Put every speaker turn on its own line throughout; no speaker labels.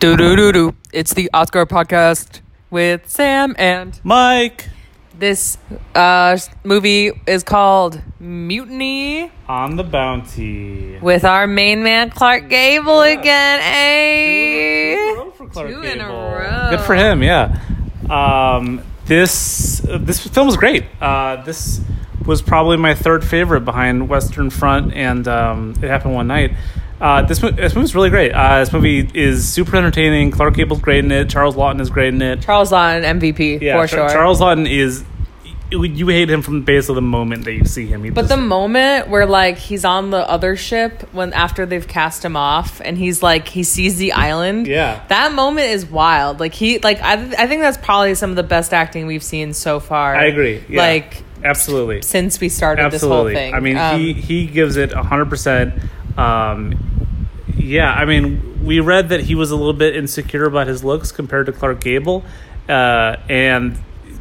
Do do do do. It's the Oscar podcast with Sam, and
Mike
this uh, movie is called Mutiny
on the bounty.
with our main man Clark Gable again. eh? Hey,
For Clark
Two in a
Gable.
row.
Good for him. Yeah. Um, this uh, this film was great. Uh, this was probably my third favorite behind Western Front, and um, it happened one night. Uh, this mo- this movie's really great. Uh, this movie is super entertaining. Clark Gable's great in it. Charles Lawton is great in it.
Charles Lawton MVP
Yeah,
for
Char-
sure.
Charles Lawton is you- you hate him from the base of the moment that you see him. He
But
just-
the moment where like he's on the other ship when after they've cast him off and he's like he sees the island.
Yeah.
That moment is wild. Like he like I th- I think that's probably some of the best acting we've seen so far.
I agree. Yeah.
Like
absolutely
since we started
absolutely.
this whole thing.
I mean,
Um,
he he gives it hundred percent. Um, yeah, I mean, we read that he was a little bit insecure about his looks compared to Clark Gable, uh, and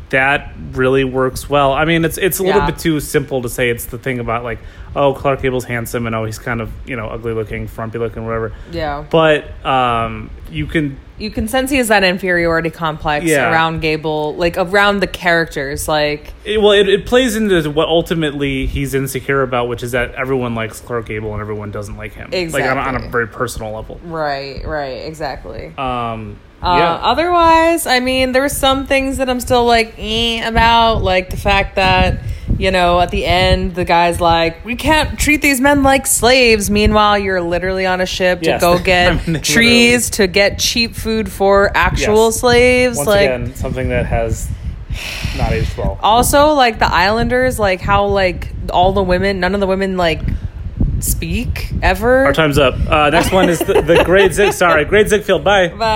that really works well. I mean, it's it's a little
Yeah.
bit too simple to say it's the thing about like, oh, Clark Gable's handsome and oh, he's kind of you know ugly looking, frumpy looking, whatever.
yeah.
But um, you can
you can sense he has that inferiority complex
Yeah.
around Gable, like around the characters. Like
It, well, it, it plays into what ultimately he's insecure about, which is that everyone likes Clark Gable and everyone doesn't like him. Like on, a- on
Exactly.
a very personal level.
right, right, exactly.
Um,
Uh,
yeah.
Otherwise, I mean, there were some things that I'm still like eh, about, like the fact that you know at the end the guy's like, "We can't treat these men like slaves." Meanwhile, you're literally on a ship to
Yes.
go
I
get
mean,
trees to get cheap food for actual
Yes.
slaves.
Once
like,
again, something that has not aged well.
also like the Islanders, like how like all the women, none of the women like speak ever.
Our time's up. Uh, next one is the, the Great Zig. Sorry, Great Ziegfeld. Bye.
Bye.